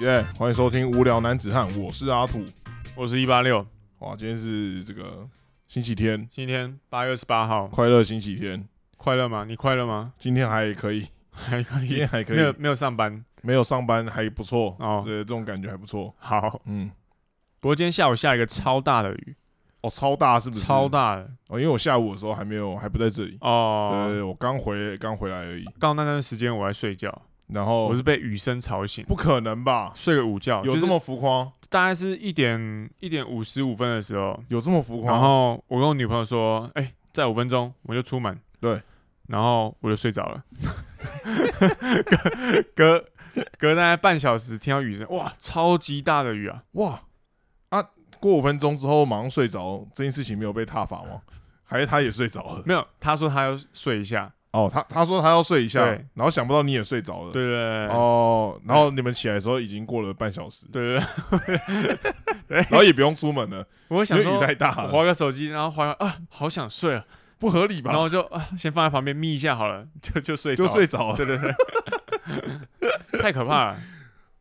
耶、欢迎收听《无聊男子汉》，我是阿土。我是一八六，哇，今天是这个星期天，今天八月二十八号，快乐星期天。快乐吗？你快乐吗？ 今天还可以，还可今以天，还可没有以，没有上班。没有上班还不错哦这这种感觉还不错。好，嗯，不过今天下午下一个超大的雨，哦，超大是不是？超大的哦，因为我下午的时候还没有，还不在这里。哦。呃，我刚回刚回来而已。到那段时间我在睡觉，然后我是被雨声吵醒，不可能吧？睡个午觉，哦有就是这么浮夸？大概是一点一点五十五分的时候，有这么浮然夸？后我跟我女朋友说，哎，再五分钟我就出门。对，然后我就睡着了。 隔隔隔大概半小时，听到雨声，哇，超级大的雨啊！哇啊！过五分钟之后马上睡着，这件事情没有被踏伐吗？还是他也睡着 了？没有，他说他要睡一下，哦，他他说他要睡一下对，然后想不到你也睡着了。对对对，对哦，然后你们起来的时候已经过了半小时，对对对，然后也不用出门了，我因哎 想为说雨太大我了，划个手机，然后划啊，好想睡啊，不合理然吧？后就啊，先放在旁边眯一下好了，就就睡就着了睡，着了，对 对对，太可怕了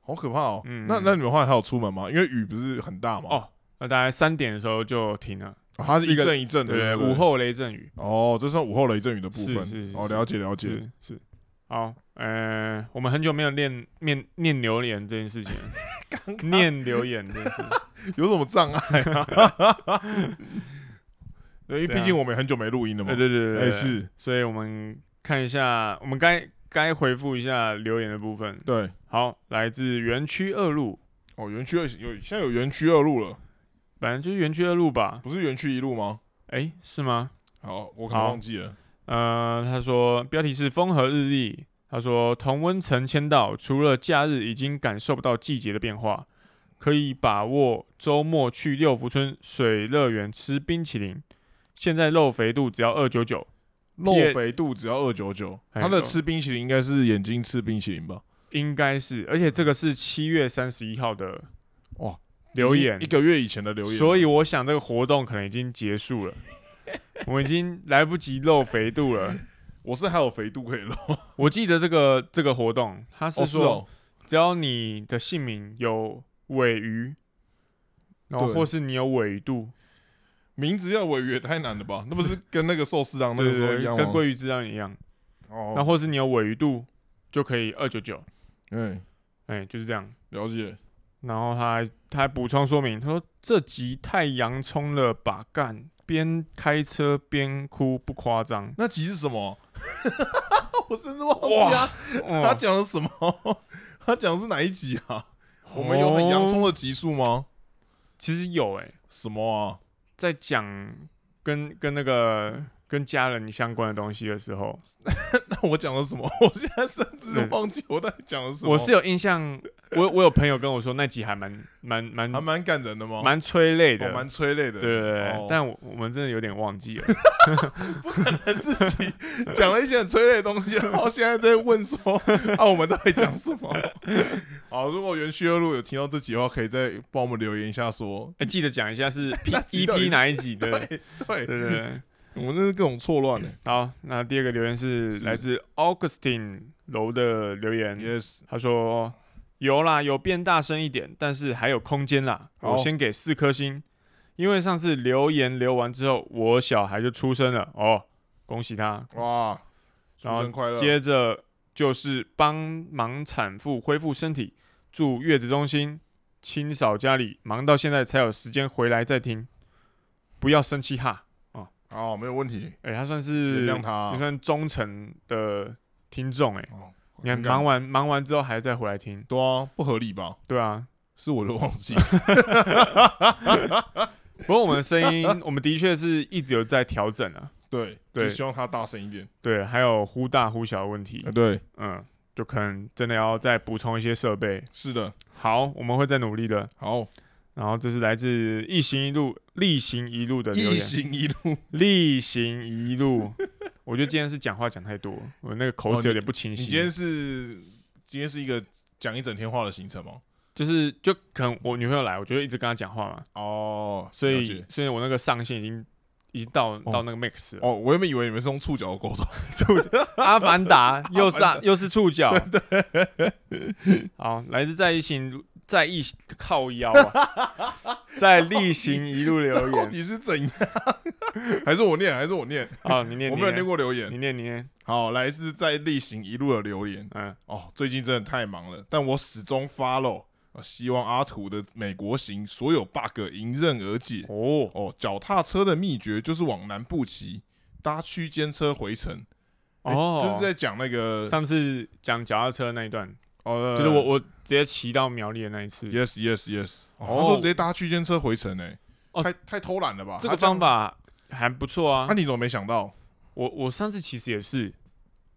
好可怕哦。嗯那那你们后来还有出门吗？因为雨不是很大嘛，哦。那大概三点的时候就停了，哦它是一阵一阵的，对对，不午后雷阵雨哦，这算午后雷阵雨的部是是分。是嗯哦，是了解了解。是是。好，呃，我们很久没有念念念留言这件 事情了，念留言这件事情，有什么障碍啊？ 对，因为对啊毕竟我们也很久没录音了嘛对。对对对对，哎，对，是，所以我们看一下，我们该该回复一下留言的部分。对。好，来自园区二路，哦，园区二有现在有园区二路了，本来就是园区二路吧？不是园区一路吗？哎、是吗？好，我可能好忘记了。呃，他说标题是风和日丽。他说同温层签到，除了假日已经感受不到季节的变化，可以把握周末去六福村水乐园吃冰淇淋。现在肉肥度只要二九九，肉 P- 肥度只要二九九，哎他的呦吃冰淇淋应该是眼睛吃冰淇淋吧？应该是，而且这个是七月三十一号的哇留言一，个月以前的留言，所以我想这个活动可能已经结束了，我已经来不及露肥度了。我是还有肥度可以露。我记得这个这个活动，它是哦说、哦，只要你的姓名有尾鱼，然后对或是你有尾度，名字要违约太难了吧？那不 是跟那个寿司郎那对个时候对一对，样跟吗？鲑鱼之样一样，然哦，后或是你有尾鱼度就可以二九九，嗯，哎，就是这样。了解。。然后他还他还补充说明，他说这集太洋葱了吧干，边开车边哭不夸张那集是什么？我甚至忘记啊， 他哦，讲了什么？ 他讲的是哪一集啊？我们有哦很洋葱的集数吗？其实有哎、什么啊？ 在讲跟跟那个跟家人相关的东西的时候，那我讲了什么？ 我现在甚至对忘记我到底讲了什么。我是有印象，我我有朋友跟我说那集还蛮蛮蛮还蛮感人的吗？蛮催泪哦的，蛮催泪的。对对对，哦但我我们真的有点 忘记了，自己讲了一些很催泪的东西，然后现在在问说啊，我们到底讲什 么？好，如果园区二路有听到这集的话，可以再帮我们留言一下说，哎，记得讲一下是 P 集到底 EP 是哪一集的，对对对，对对。我们真是各种错乱的。好，那第二个留言是是来自 Augustine 楼的留言， Yes，他说有啦，有变大声一点，但是还有空间啦，好我先给四颗星，因为上次留言留完之后，我小孩就出生了哦，恭喜他，哇，出然后生快乐！接着就是帮忙产妇恢复身体，住月子中心，清扫家里，忙到现在才有时间回来再听。不要生气哈，好，啊没有问题，哎、他算原是谅他啊。也算忠诚的听众哎、哦你看很感忙完忙完之后还再回来听，对啊，不合理吧？对啊。是我都忘 记，不过我们的声音， 我们的确是一直有在调整啊，对，对就希望他大声一点。对，还有忽大忽小的问题呃，对，嗯，就可能真的要再补充一些设备。是的，好，我们会再努力的。好，然后这是来自一行一路、例行一路的留一言。心一路，例行一路，我觉得今天是讲话讲太多，我那个口哦你齿有点不清你晰。今天是今天是一个讲一整天话的行程吗？就是就可能我女朋友来，我就一直跟她讲话嘛，哦，所了以解所以我那个上限已经已已经到哦到那个 max 了。哦，我原本以为你们是用触角沟通，阿 凡达又是啊又是触角，好，来自在一行在一靠腰啊，在例行一路留到言底是 怎样？还是我念？还是我念？啊，你念，我你没有念念，过留言你。念，你念，好，来自在例行一路的留言嗯，哦，最近真的太忙了，但我始终 follow，、呃、希望阿土的美国行所有 bug 迎刃而解。哦，哦，脚踏车的秘诀就是往南部骑，搭区间车回程。欸哦就是在讲那个上次讲脚踏车那一段，呃，就是我我直接骑到苗栗的那一次， yes yes yes，、哦、哦他说直接搭区间车回程诶、哦太太偷懒了吧？这个他样方，法还不错那、啊。你怎么没想到？我我上次其实也是，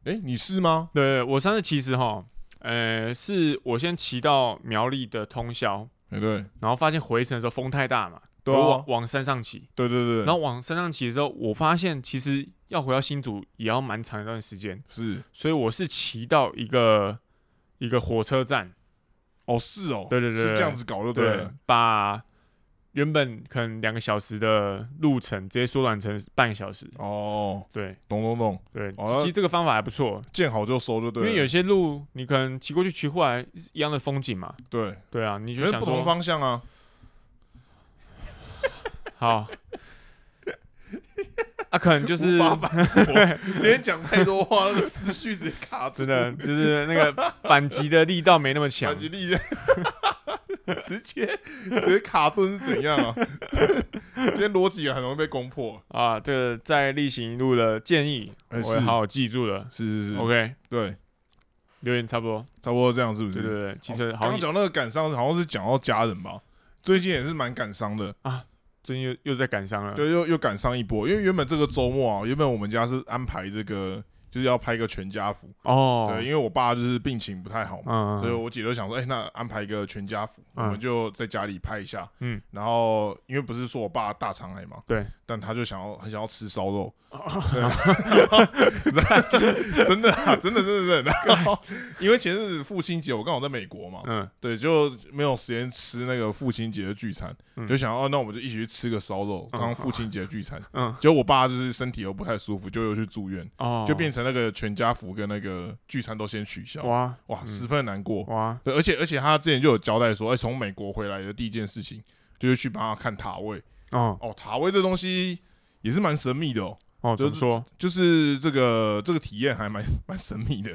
诶，你是吗？对我上次其实哈，呃，是我先骑到苗栗的通宵，哎、对然后发现回程的时候风太大嘛，对我啊往，往山上骑，对对对，然后往山上骑的时候，我发现其实要回到新竹也要蛮长一段时间，是所以我是骑到一个一个火车站，哦是哦，对对对是对这样子搞就对对了。，把原本可能两个小时的路程直接缩短成半个小时，哦，对懂懂懂，对，哦其实这个方法还不错，见好就收就因对了。为有些路你可能骑过去骑过来一样的风景嘛，对，对啊，你因就为想不同说方向啊。好。啊，可能就无是法反 驳今天讲太多话，那个思绪直接卡住，真的就是那个反击的力道没那么强反，击力 直接直接卡顿是怎样啊？ 今天逻辑很容易被攻破。啊，这个在例行一路的建议，哎我会是好好记住了。是是 OK，对，留言差不多，差不多这样是不对是？对对，其实好刚刚像讲那个感伤，好像是讲到家人吧。最近也是蛮感伤的，最近又又在赶上了，对，又又感伤一波。因为原本这个周末啊，原本我们家是安排这个，就是要拍个全家福。哦，对，因为我爸就是病情不太好嘛，嗯，所以我姐就想说，哎、那安排一个全家福，嗯我们就在家里拍一下。嗯，然后因为不是说我爸大肠癌嘛，对，但他就想要很想要吃烧肉，哦 对真的 啊真的真的真的。然后因为前阵子父亲节，我刚好在美国嘛，嗯，对，就没有时间吃那个父亲节的聚餐，嗯就想要、哦那我们就一起去吃个烧肉，嗯当父亲节聚餐。嗯结果我爸就是身体又不太舒服，就又去住院，哦，就变成那个全家福跟那个聚餐都先取消。哇哇，嗯十分难过。哇，对，而且而且他之前就有交代说，哎、从美国回来的第一件事情就是去帮他看塔位。哦哦，塔位这东西也是蛮神秘的哦，哦，怎就么是说？就是这个这个体验还蛮蛮神秘的，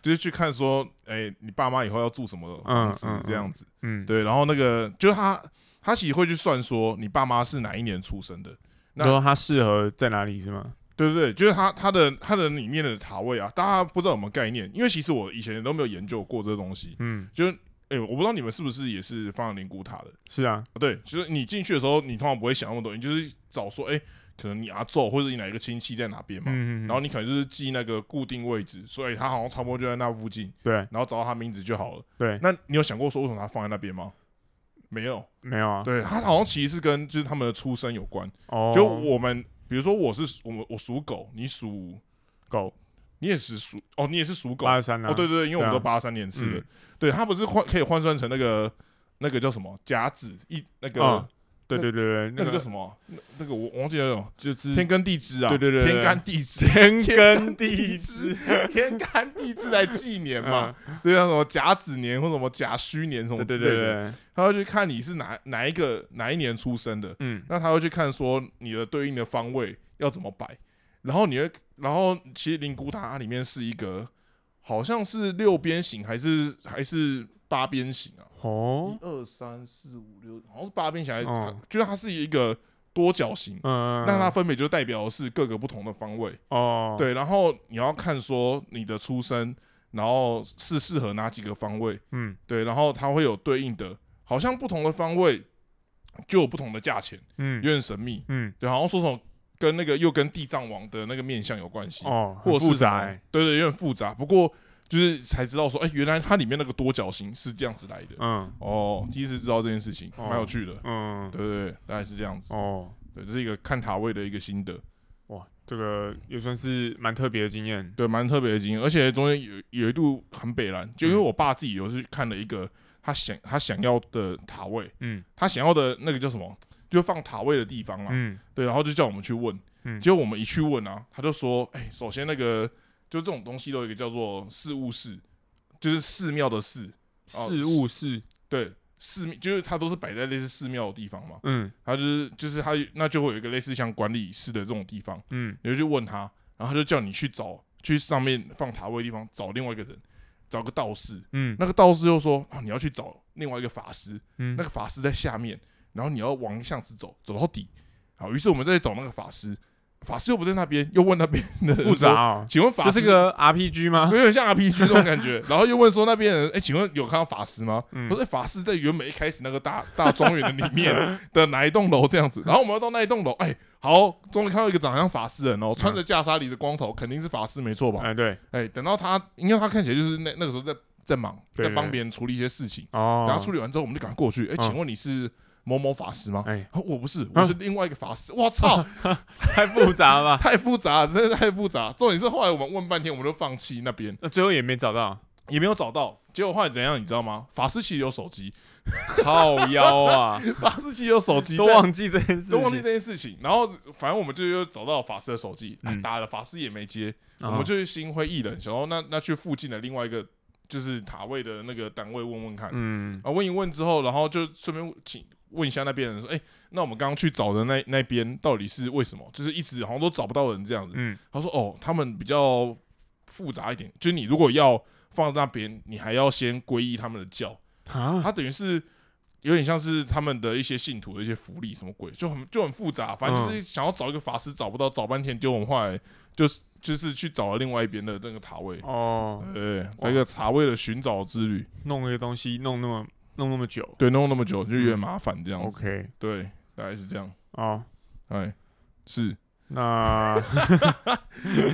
就是去看说，哎、你爸妈以后要住什么房子嗯嗯嗯这样子。嗯，对，然后那个就是他他其实会去算说你爸妈是哪一年出生的。你说它适合在哪里是吗？对对对，就是他他的他的里面的塔位啊，大家不知道有没有概念？因为其实我以前都没有研究过这东西。嗯，就是，哎、我不知道你们是不是也是放灵骨塔的？是啊，对，就是你进去的时候，你通常不会想那么多，你就是找说，哎、可能你阿昼或者你哪一个亲戚在哪边嘛，嗯，嗯嗯然后你可能就是记那个固定位置，所以他好像差不多就在那附近，对然后找到他名字就好了。对，那你有想过说为什么他放在那边吗？没有，没有啊，对他好像其实是跟就是他们的出生有关。哦，就我们，比如说我是我们我属狗，你属狗你也是属哦，你也是属狗，八十三啊，哦，对对对，因为我们对啊都八三年次的嗯，对他不是换可以换算成那个那个叫什么甲子一那个嗯对对对对，那个叫个什么那那个我我忘记了什么就是天干地支啊，对对对对天干地支。天干根地支支， 天干地支来纪年 嘛？对啊，什么甲子年或什么甲戌年什么对之对类对的，对，他会去看你是哪哪一个哪一年出生的，嗯，那他会去看说你的对应的方位要怎么摆，然后你会，然后其实灵骨塔它里面是一个好像是六边形还是还是八边形啊？一哦，二三四五六，好像是八边形还是、哦就是它是一个多角形，嗯，那它分别就代表的是各个不同的方位。哦，对，然后你要看说你的出生，然后是适合哪几个方位，嗯对，然后它会有对应的，好像不同的方位就有不同的价钱，有嗯点神秘。嗯，对，好像说什么跟那个又跟地藏王的那个面相有关系，哦，或很者是复什么杂欸，对对，有点复杂。不过就是才知道说，哎、原来它里面那个多角形是这样子来的。嗯哦，第一次知道这件事情，哦蛮有趣的。嗯，对对对，大概是这样子。哦，对，这是一个看塔位的一个心得，哇，这个也算是蛮特别的经验，对，蛮特别的经验。而且中间有有一度很北蓝，就因为嗯我爸自己有去看了一个他想他想要的塔位，嗯，他想要的那个叫什么？就放塔位的地方啊，嗯对，然后就叫我们去问，嗯结果我们一去问啊，他就说，哎、首先那个就这种东西都有一个叫做事务室，就是寺庙的寺，事务是对，寺庙就是它都是摆在类似寺庙的地方嘛，嗯他就是就是他那就会有一个类似像管理室的这种地方，嗯你就去问他，然后他就叫你去找去上面放塔位的地方找另外一个人，找个道士，嗯那个道士又说啊，你要去找另外一个法师，嗯那个法师在下面，然后你要往巷子走，走到底。好，于是我们再去找那个法师，法师又不在那边，又问那边的人复杂说，哦，请问法这师是个 RPG 吗有？点像 RPG 这种感 觉，然后又问说那边人，哎、请问有看到法师吗？嗯我说、哎法师在原本一开始那个大 大庄园的里面的哪一栋楼这样子，然后我们要到那一栋楼，哎、好，终于看到一个长得像法师人嗯哦，穿着袈裟，理着光头，肯定是法师没错吧？哎对哎、等到他，因为他看起来就是那那个时候在在忙，对在对帮对别人处理一些事情。哦，然后处理完之后，我们就赶快过去。哎、嗯请问你是某某法师吗？哎 啊我不是，我是另外一个法师。我 操，太复杂了吧？太复杂了，真的太复杂了。重点是后来我们问半天，我们都放弃那边，那最后也没找到，也没有找到。结果后来怎样，你知道吗？法师其实有手 机，靠 腰啊，法师其实有手机，都在忘记这件事都忘记情，这件事情。然后反正我们就又找到法师的手机，啊嗯打了法师也没接，我哦们就心灰意冷，想说那那去附近的另外一个就是塔位的那个单位问问看。嗯啊，问一问之后，然后就顺便请问一下那边人说，哎、那我们刚刚去找的那那边到底是为什么？就是一直好像都找不到人这样子。嗯他说，哦，他们比较复杂一点，就是你如果要放在那边，你还要先皈依他们的教，啊他等于是。有点像是他们的一些信徒的一些福利什么鬼，就很就很复杂，反正嗯就是想要找一个法师找不到，找半天，结果我们后来就是就是去找了另外一边的那个塔位，哦，对，那个塔位的寻找之旅，弄一个东西弄那么弄那么久对，弄那么久就嗯有点麻烦这样子。 ，OK 对，大概是这样。哦，哎，是， 那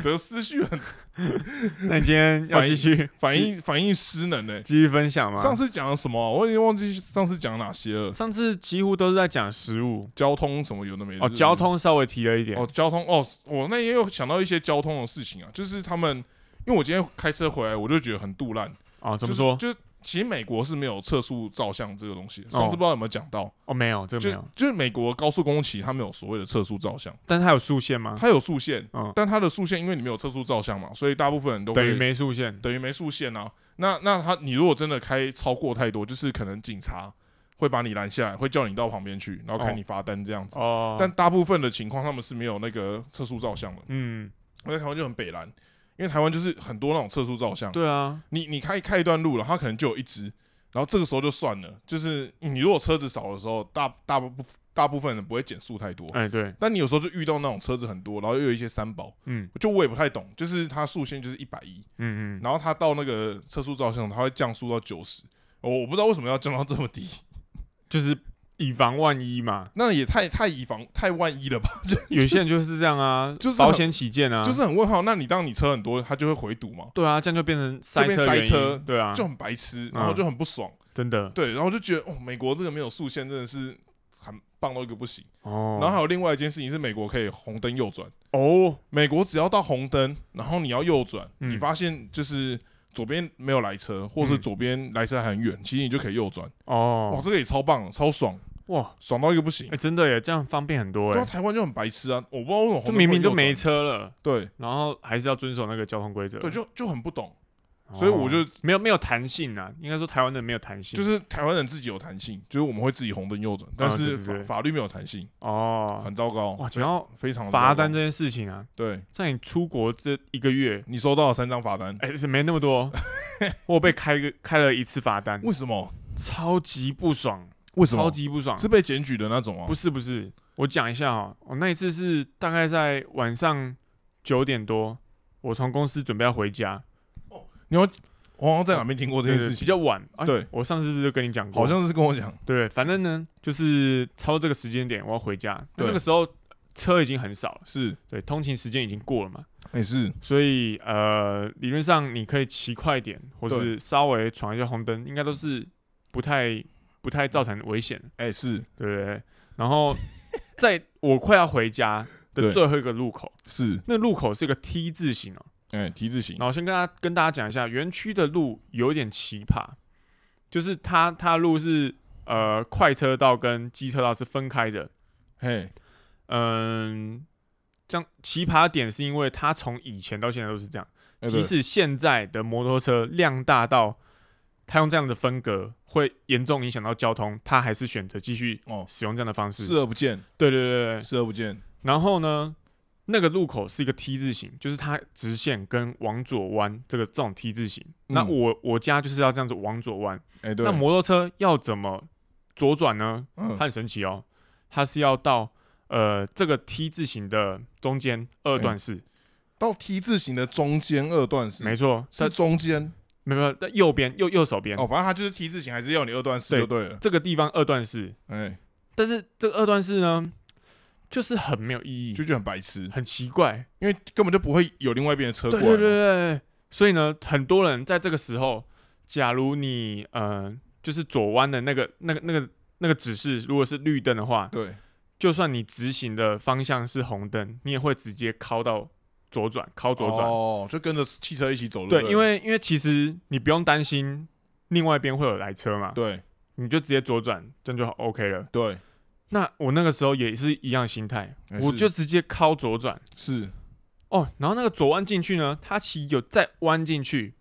这个思绪很那你今天要反应继续反应反应失能呢、继续分享吗？上次讲了什么啊？我已经忘记上次讲哪些了。上次几乎都是在讲食物交通什么有的没的。哦，就是交。通稍微提了一点哦，交通哦，我那也有想到一些交通的事情啊，就是他们，因为我今天开车回来，我就觉得很肚烂。哦，怎就么是说？就是其实美国是没有测速照相这个东西的，上次不知道有没有讲到，哦，没有这个没就有，就是美国高速公路其实它没有所谓的测速照相，但它有竖线吗？它有速限，嗯，但它的速限因为你没有测速照相嘛，所以大部分人都等于会没竖线等于没速限啊。那那他你如果真的开超过太多，就是可能警察会把你拦下来，会叫你到旁边去，然后开你罚单这样子。哦，但大部分的情况他们是没有那个测速照相的，嗯，我在台湾就很北蓝，因为台湾就是很多那种测速照相，对啊，你你开开一段路，然后它可能就有一只，然后这个时候就算了，就是嗯你如果车子少的时候，大大部大部分人不会减速太多。哎对，但你有时候就遇到那种车子很多，然后又有一些三宝，嗯就我也不太懂，就是它速限就是一百一，嗯嗯，然后他到那个测速照相，他会降速到九十。我我不知道为什么要降到这么低，就是以防万一嘛。那也太太以防太万一了吧？就有些人就是这样啊， 就是保很险起见啊，就是很问号。那你当你车很多，他就会回堵嘛，对啊，这样就变成塞就车变塞原因车对啊，就很白痴，然后就很不爽。真的对，然后就觉得哦，美国这个没有速限真的是很棒到一个不行。哦。然后还有另外一件事情是，美国可以红灯右转。哦，美国只要到红灯，然后你要右转，嗯你发现就是左边没有来车，或是嗯左边来车还很远，其实你就可以右转。哇，哦这个也超棒，超爽，哇，爽到一个不行哎、。真的耶，这样方便很多对啊，哎，台湾就很白痴啊！我不知道为什么红就灯明明不就能没右转车了，对然后还是要遵守那个交通规则，对，就就很不懂，哦所以我就没有没有弹性啊，应该说台湾人没有弹性，就是台湾人自己有弹性，就是我们会自己红灯右转，但对是哦对法对法律没有弹性，哦，很糟糕。哇，非讲到非常糟罚糕单，这件事情啊，对在你出国这一个月，你收到了三张罚单，哎、是没那么多，我被开个开了一次罚单，为什么？超级不爽，为什超么？级不爽，是被检举的那种啊不？是不是，我讲一下哦，我那一次是大概在晚上九点多，我从公司准备要回家，我好像在哪边听过这件对事比情，较晚。哎对，我上次是不是就跟你讲过？好像是跟我讲，对，反正呢，就是超过这个时间点我要回家，那对那个时候车已经很少了，是对，通勤时间已经过了嘛，也是所以呃，理论上你可以骑快一点，或对是稍微闯一下红灯，应该都是不太不太造成危险，哎是对不对？然后 在我快要回家的对最后一个路口。是，那路口是一个 T 字形哦、哎提字形然后先跟大家跟大家讲一下，园区的路有点奇葩，就是它它的路是呃快车道跟机车道是分开的，嘿，嗯，这样奇葩点是因为它从以前到现在都是这样，哎即对使现在的摩托车量大到它用这样的分隔会严重影响到交通，它还是选择继续哦，使用这样的方式。视而不见，对对对对对。视而不见，然后呢，那个路口是一个 T 字形，就是它直线跟往左弯这个这种 T 字形。那嗯我我家就是要这样子往左弯，哎，对，那摩托车要怎么左转呢？它嗯，很神奇哦，它是要到呃这个 T 字形的中间二段式，到 T 字形的中间二段式，没错，哎是它中间没有没有在右边右右手边、哦，反正它就是 T 字形，还是要你二段式对就对了，这个地方二段式，哎，但是这个二段式呢，就是很没有意义就，觉得很白痴，很奇怪。因为根本就不会有另外一边的车对过来嘛，对对对，对所以呢，很多人在这个时候，假如你呃就是左弯的那个那个那个那个指示如果是绿灯的话，对，就算你直行的方向是红灯，你也会直接靠到左转，靠左转。哦，就跟着汽车一起走路，对，不因为因为其实你不用担心另外一边会有来车嘛，对你就直接左转，这样就 OK 了。对那我那个时候也是一样心态，哎我是就直接靠左转是，哦，然后那个左弯进去呢，它其实有再弯进去，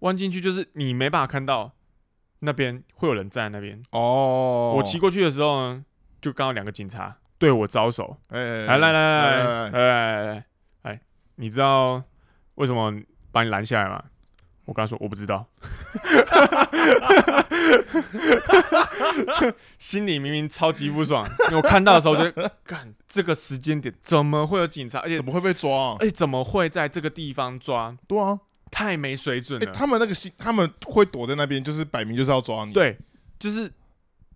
弯进去就是你没办法看到那边会有人站在那边。哦，我骑，过去的时候呢，就刚好两个警察对我招手，哎，来来来来来来来来来来来，哎，你知道为什么把你拦下来吗？我刚说我不知道， 心里明明超级不爽，因为我看到的时候我就干这个时间点怎么会有警察，而且怎么会被抓啊？而且怎么会在这个地方抓，对啊，太没水准哎，了。他们那个心，他们会躲在那边，就是摆明就是要抓你，对，就是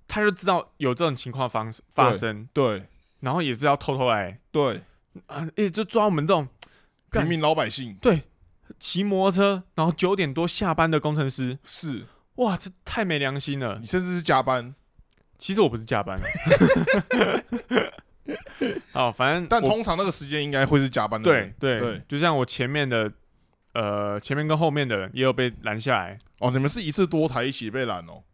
他就知道有这种情况发发生，对然后也是要偷偷来对，啊，也就抓我们这种干平民老百姓骑摩托车，然后九点多下班的工程师，是，哇，这太没良心了你。甚至是加嗯班，其实我不是加班，啊 哦，反正但我通常那个时间应该会是加班的人，对对对就像我前面的，呃，前面跟后面的人也有被拦下来，哦，你们是一次多台一起被拦哦，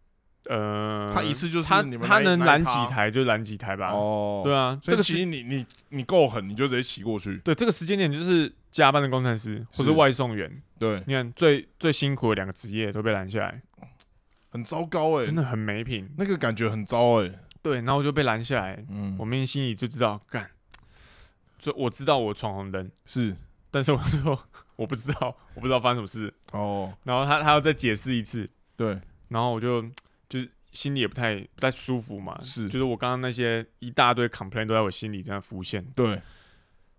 呃，他一次就是他你们他那一能拦几？那一台就拦几台吧，趴哦，对啊，所这以个其时实你你你够狠，你就直接骑过去，对这个时间点就是加班的工程师或是是外送员，对，你看最最辛苦的两个职业都被拦下来，很糟糕哎、真的很没品。那个感觉很糟哎、对，然后我就被拦下来，嗯我，们心里就知道，干，所以我知道我闯红灯，是但是我就 说我不知道，我不知道发生什么事。哦，然后他他要再解释一次，对，然后我就就是心里也不太不太舒服嘛，是就是我刚刚那些一大堆 complain 都在我心里这样浮现，对，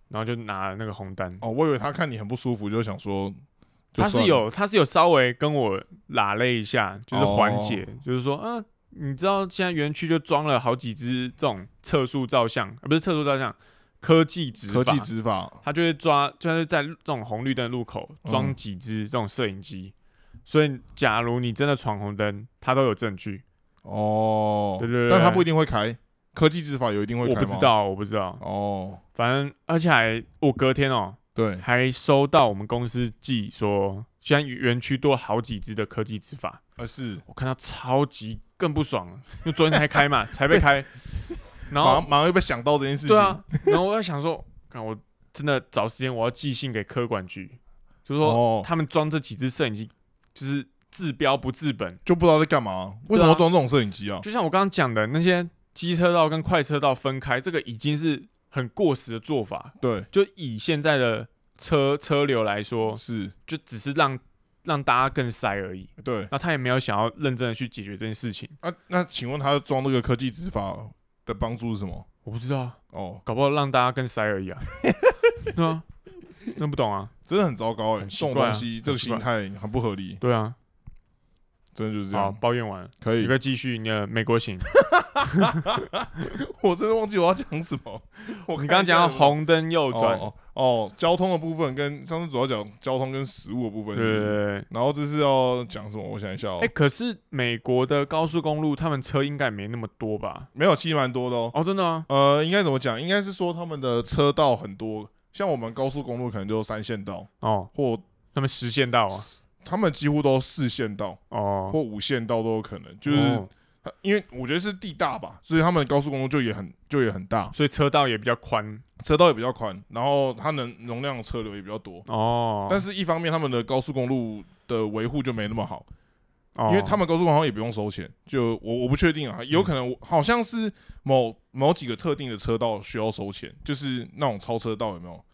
然后就拿了那个红单。哦，我以为他看你很不舒服，就想说，就他是算了，有他是有稍微跟我拉了一下，就是缓哦解，就是说啊。你知道现在园区就装了好几只这种测速照相，啊、不是测速照相，科技执科法技执法，他就会抓，就是在这种红绿灯的路口嗯装几只这种摄影机。所以，假如你真的闯红灯，他都有证据。哦，对对对但他不一定会开，科技执法有一定会我开吗？不知，道，我不知道。哦，反正，而且还我隔天哦，对，还收到我们公司寄说，现在园区多好几只的科技执法，呃是，我看到超级更不爽了，因为昨天才开 嘛，才被开。然马后上马上又被想到这件事情，对啊，然后我在想说，看我真的找时间我要寄信给科管局，就说哦，他们装这几只摄影机就是治标不治本，就不知道在干嘛，为对啊什么要装这种摄影机啊？就像我刚刚讲的，那些机车道跟快车道分开，这个已经是很过时的做法。对，就以现在的车车流来说，是，就只是让让大家更塞而已。对，那他也没有想要认真的去解决这件事情。啊，那请问他装那个科技执法的帮助是什么？我不知道，哦，搞不好让大家更塞而已啊。 对啊，真不懂啊。真的很糟糕哎、这很奇怪种啊东西这个很奇怪心态很不合理，对啊，真的就是这好，样。抱怨完了，可你以可，以继续你的美国行。 我真的忘记我要讲什么。 我看你刚刚一下 有讲到没有红灯右转，啊哦哦哦，交通的部分跟上次主要讲交通跟食物的部分对是不对是对对。然后这是要讲什么？我想一下哦，哎、可是美国的高速公路，他们车应该没那么多吧？没有，其实蛮多的哦。哦，真的吗？呃，应该怎么讲？应该是说他们的车道很多，像我们高速公路可能就三线道，哦，或他们实线到啊，他们几乎都四线道哦，或五线道都有可能，就是哦因为我觉得是地大吧，所以他们的高速公路就也很就也很大，所以车道也比较宽车道也比较宽，然后它能容量的车流也比较多。哦。但是是，一方面他们的高速公路的维护就没那么好，因因为他们高速公路好像也不用收钱。就我我不确定啊，有可能我好像是某某几个特定的车道需要收钱，就是那种超车道有没有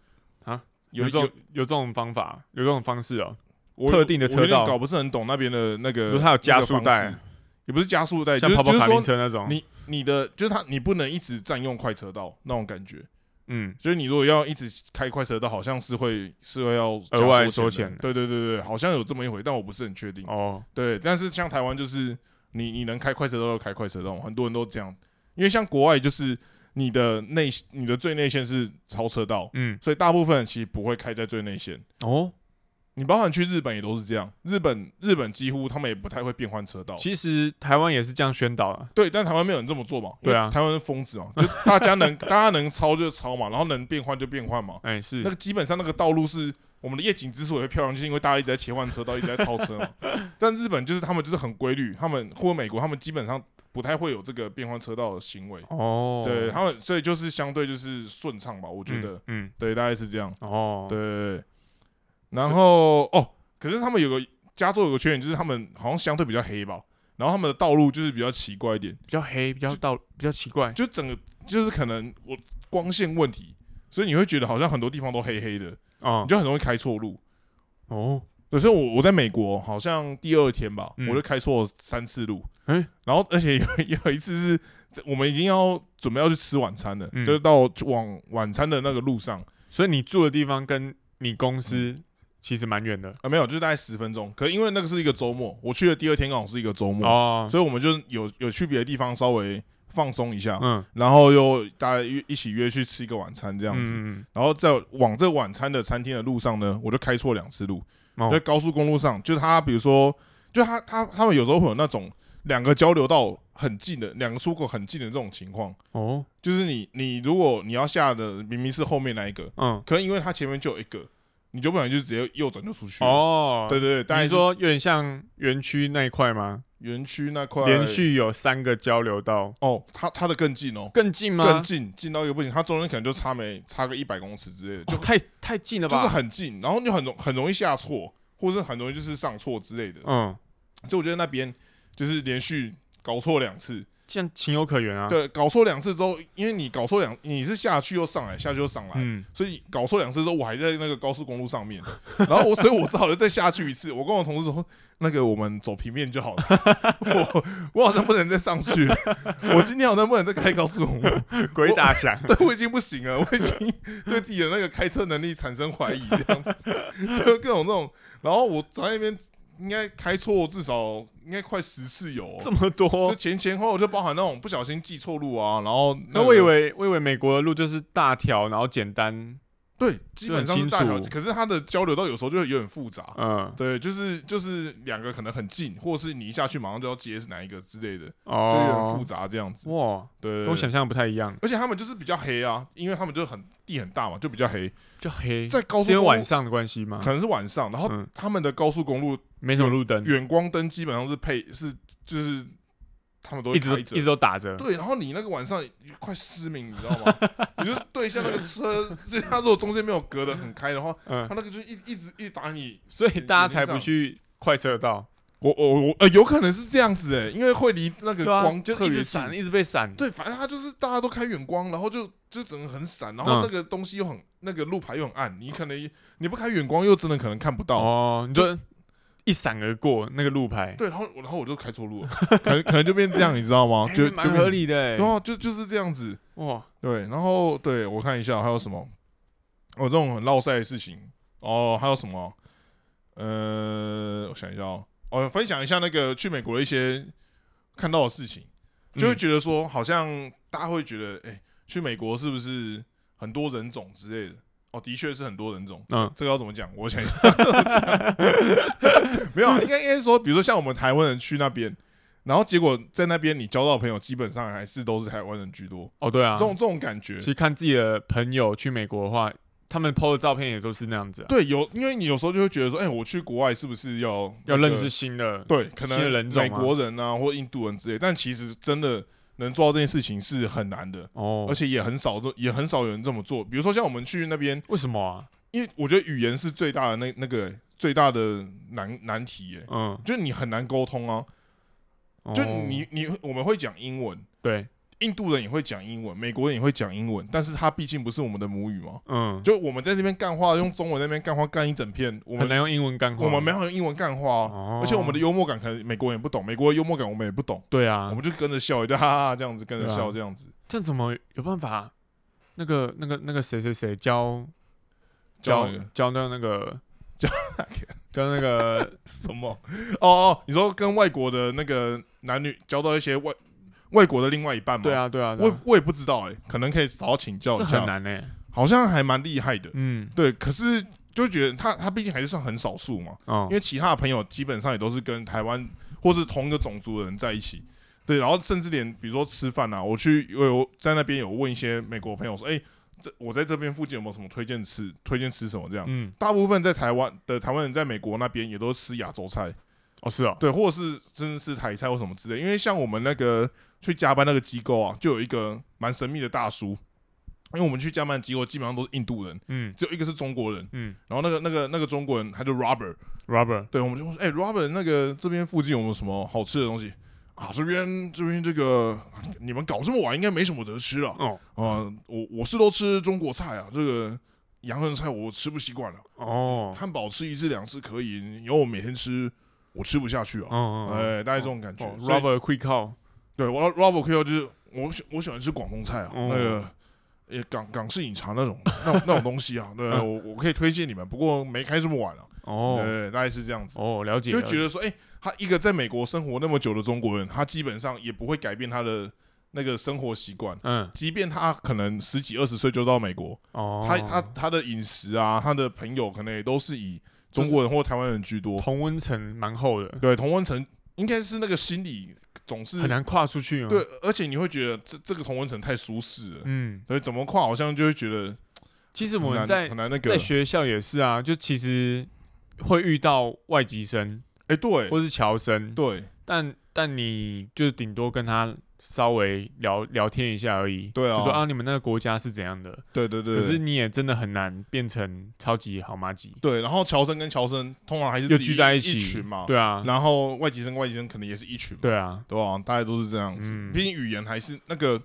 啊？有有这有种有这种方法，有这种方式哦。我特定的我车有点道搞不是很懂那边的那比个，如它有加速带那个方式，也不是加速带，就像是跑跑就是卡丁说车那种，你你的就是它，你不能一直占用快车道那种感觉。嗯，就是你如果要一直开快车道，好像是会是会要加额外收收钱的。钱的对对对对，好像有这么一回，但我不是很确定。哦，对，但是像台湾就是你你能开快车道就开快车道，很多人都这样。因为像国外就是你的内你的最内线是超车道，嗯，所以大部分人其实不会开在最内线。哦，你包含去日本也都是这样，日本日本几乎他们也不太会变换车道。其实台湾也是这样宣导啊，对，但台湾没有人这么做嘛？对啊因为台湾是疯子嘛，就大家能大家能超就超嘛，然后能变换就变换嘛。哎、是那个基本上那个道路是我们的夜景之所以会漂亮，就是因为大家一直在切换车道，一直在超 车嘛。但日本就是他们就是很规律，他们或者美国他们基本上不太会有这个变换车道的行为。哦，对他们，所以就是相对就是顺畅吧，我觉得，嗯，对，大概是这样。嗯，哦，对，对对然后哦，可是他们有个加州有个缺点，就是他们好像相对比较黑吧，然后他们的道路就是比较奇怪一点，比较黑，比较道，比较奇怪，就整个就是可能我光线问题，所以你会觉得好像很多地方都黑黑的，哦你，就很容易开错路。哦，对，所以我我在美国好像第二天吧，嗯哎我就开错三次路，诶 然后而且有有一次是我们已经要准备要去吃晚餐了，嗯就是到往晚餐的那个路上所以你住的地方跟你公司其实蛮远的，啊，没有，就是大概十分钟。可因为那个是一个周末，我去的第二天刚好是一个周末，哦，所以我们就有有去别的地方稍微放松一下，嗯，然后又大家一一起约去吃一个晚餐这这样子。嗯然后在往这晚餐的餐厅的路上呢，我就开错两次路，嗯哦在高速公路上，就是他比如说，就他他他们有时候会有那种两个交流道很近的，两个出口很近的这种情况，哦，就是你你如果你要下的明明是后面那一个，嗯，可能因为它前面就有一个，你就不小心就直接右转就出去了。哦，对对对，但你是说有点像园区那一块吗？园区那块连续有三个交流道，哦，它它的更近哦，更近吗？更近近到一个不行，它中间可能就差没差个一百公尺之类的，就哦、太太近了就吧？是很近，然后就很容很容易下错，或者是很容易就是上错之类的。嗯，所以我觉得那边就是连续搞错两次，这样情有可原啊。，对，搞错两次之后，因为你搞错两，你是下去又上来，下去又上来，嗯，所以搞错两次之后，我还在那个高速公路上面，然后我，所以我只好再下去一次。我跟我同事说，那个我们走平面就 好了，我我好像不能再上去了，我今天好像不能再开高速公路， 鬼打墙。对我已经不行了，我已经对自己的那个开车能力产生怀疑，这样子， 就各种这种，然后我在那边应该开错至少应该快十次有、哦，这么就多。前前后后就包含那种不小心记错路啊，然后那我以为我以为美国的路就是大条，然后简单，对，基本上是大就条很清，楚可是它的交流道有时候就会有点复杂。嗯，对，就是就是两个可能很近，或是你一下去马上就要接是哪一个之类的，就有点复哦，杂这样子。哇，对，跟我想象不太一样，而且他们就是比较黑啊，因为他们就很地很大嘛，就比较黑，就黑，在高速是因为公路晚上的关系吗可？能是晚上，然后嗯他们的高速公路没什么路灯，远光灯基本上是配是就是他们都会一直都开一着直，都打着，对，然后你那个晚上你快失明，你知道 吗？你就对一下那个车，就是它如果中间没有隔得很开的话，嗯它，那个就一一直一直打你。所以大家才不去快车道，我我我呃，有可能是这样子哎、因为会离那个对啊，光就特一别直近。闪，一直被闪，对，反正它就是大家都开远光，然后就就整个很闪，然后嗯那个东西又很那个路牌又很暗，你可能你不开远光又真的可能看不到。哦，你就一闪而过那个路牌，对，然后我然后我就开错路了，可能可能就变这样，你知道 吗？哎就蛮合，理的就变对欸，啊，就就是这样子。哇，对，然后对我看一下还有什么，哦，这种很落赛的事情哦，还有什么？呃，我想一下哦，哦，分享一下那个去美国的一些看到的事情，就会觉得说，好像大家会觉得，哎、去美国是不是很多人种之类的？哦，的确是很多人种。嗯，这个要怎么讲？我想一下， 没有啊，应该应该说，比如说像我们台湾人去那边，然后结果在那边你交到的朋友，基本上还是都是台湾人居多。哦，对啊这，种这种感觉其，实看自己的朋友去美国的话，他们 PO 的照片也都是那样子、啊，对，有，因为你有时候就会觉得说，哎、我去国外是不是要那要认个识新的，对，可新的能人种美吗国人啊，或印度人之类，但其实真的能做到这件事情是很难的，哦而，且也很少，也很少有人这么做。比如说像我们去那边，为什么啊？因为我觉得语言是最大的那那个最大的难难题、耶，嗯，就是你很难沟通啊。就哦你你我们会讲英文，对，印度人也会讲英文，美国人也会讲英文，但是他毕竟不是我们的母语嘛。嗯，就我们在这边干话，用中文在那边干话干一整片，我很们难用英文干话，我们没有用英文干话、啊，哦，而且我们的幽默感可能美国人也不懂，美国的幽默感我们也不懂。对啊我，们就跟着笑一下，哈哈哈，这样子跟着对啊笑这样子，这样怎么有办法？那个、那个、那个谁谁谁教叫教那个教到那个教教 那个 什么？哦哦，你说跟外国的那个男女交到一些外外国的另外一半吗？对，啊对啊，对我啊我也不知道哎、可能可以好好请教这一很下，难欸呢、好像还蛮厉害的。嗯对，可是就觉得他他毕竟还是算很少数嘛，哦因为其他的朋友基本上也都是跟台湾或是同一个种族的人在一起。对，然后甚至连比如说吃饭啊，我去我有在那边有问一些美国朋友说，哎、这我在这边附近有没有什么推荐吃，推荐吃什么这样？嗯大部分在台湾的台湾人在美国那边也都吃亚洲菜，哦是哦对，或者是真的是台菜或什么之类。因为像我们那个去加班那个机构啊，就有一个蛮神秘的大叔，因为我们去加班的机构基本上都是印度人，嗯只有一个是中国人。嗯然后那个那个那个中国人他就 Robert， Robert 对，我们就说，哎、r o b e r t 那个这边附近有没有什么好吃的东西啊？这边这边这个你们搞这么晚应该没什么得吃了啊、哦我我是都吃中国菜啊，这个洋人菜我吃不习惯了。哦汉堡吃一次两次可以，以后我每天吃，我吃不下去哦啊。哦哎，大概这种感觉。所以 Robert Quick Call 对我 Robert Q 哦就是我喜我喜欢吃广东菜啊，哦那个也港港式饮茶那种那种那种东西啊，对，嗯我我可以推荐你们，不过没开这么晚了。哦对，大概是这样子。哦了解就了觉解得说，哎，他一个在美国生活那么久的中国人，他基本上也不会改变他的那个生活习惯。嗯即便他可能十几二十岁就到美国，哦他他他的饮食啊，他的朋友可能也都是以中国人或台湾人居多。同温层蛮厚的，对，同温层应该是那个心理总是很难跨出去嘛哦对，而且你会觉得这这个同温层太舒适了，嗯，所以怎么跨好像就会觉得其实很我们难在很难那个在。学校也是啊，就其实会遇到外籍生哎，对或是侨生，对但但你就顶多跟他稍微聊聊天一下而已，对啊就说啊你们那个国家是怎样的，对对对，可是你也真的很难变成超级好妈鸡，对，然后乔生跟乔生通常还是又自己聚在一起，群嘛，、对啊，然后外籍生跟外籍生可能也是一群嘛，对啊，对吧、大家都是这样子，嗯毕竟语言还是那个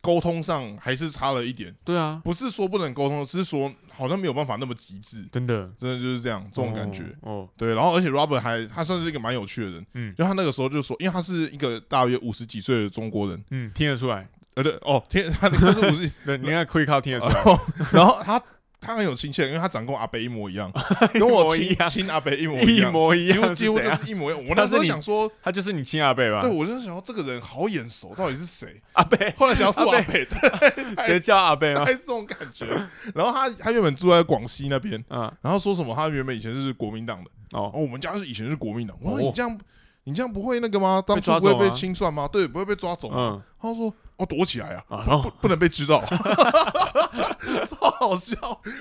沟通上还是差了一点，对啊，不是说不能沟通，只是说好像没有办法那么极致。真的真的就是这样，这种感觉。哦，哦对，然后而且 Robert 还他算是一个蛮有趣的人，嗯就他那个时候就说，因为他是一个大约五十几岁的中国人，嗯，听得出来，呃，对，哦，天， 他他是五十，对，你那可以靠听得出然来，后然后他他很有亲切，因为他长跟我阿北一模一样，跟我 一模一亲样亲阿北 一模 一样，模一几乎样，几乎是怎就样是一模一样。我他那是时候你想说，他就是你亲阿贝吧对？我就是想说这个人好眼熟，到底是 谁？阿贝，后来想要是我阿阿北，贝 对，哎直接叫阿贝大吗概？是这种感觉。然后他他原本住在广西那边，嗯，然后说什么他原本以前是国民党的，哦，哎哦，我们家是以前是国民党。我说哦你这样你这样不会那个吗？当被初抓不会走被吗清算吗？对，不会被抓走吗？嗯，他说哦，躲起来啊。啊，然后不能被知道， 超好笑。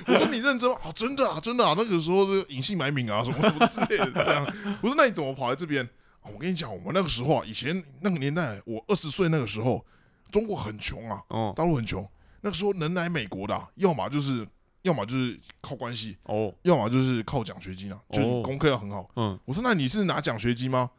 我说你认真吗？啊，真的啊，真的啊，那个时候是隐姓埋名啊，什么什么之类的，这样。我说那你怎么跑来这边？啊我跟你讲，我们那个时候啊，以前那个年代，我二十岁那个时候，中国很穷啊，哦大陆很穷。那个时候能来美国的啊、要么就是要么就是靠关系，哦，要么就是靠奖学金啊，就是哦你功课要很好。 嗯，我说那你是拿奖学金吗？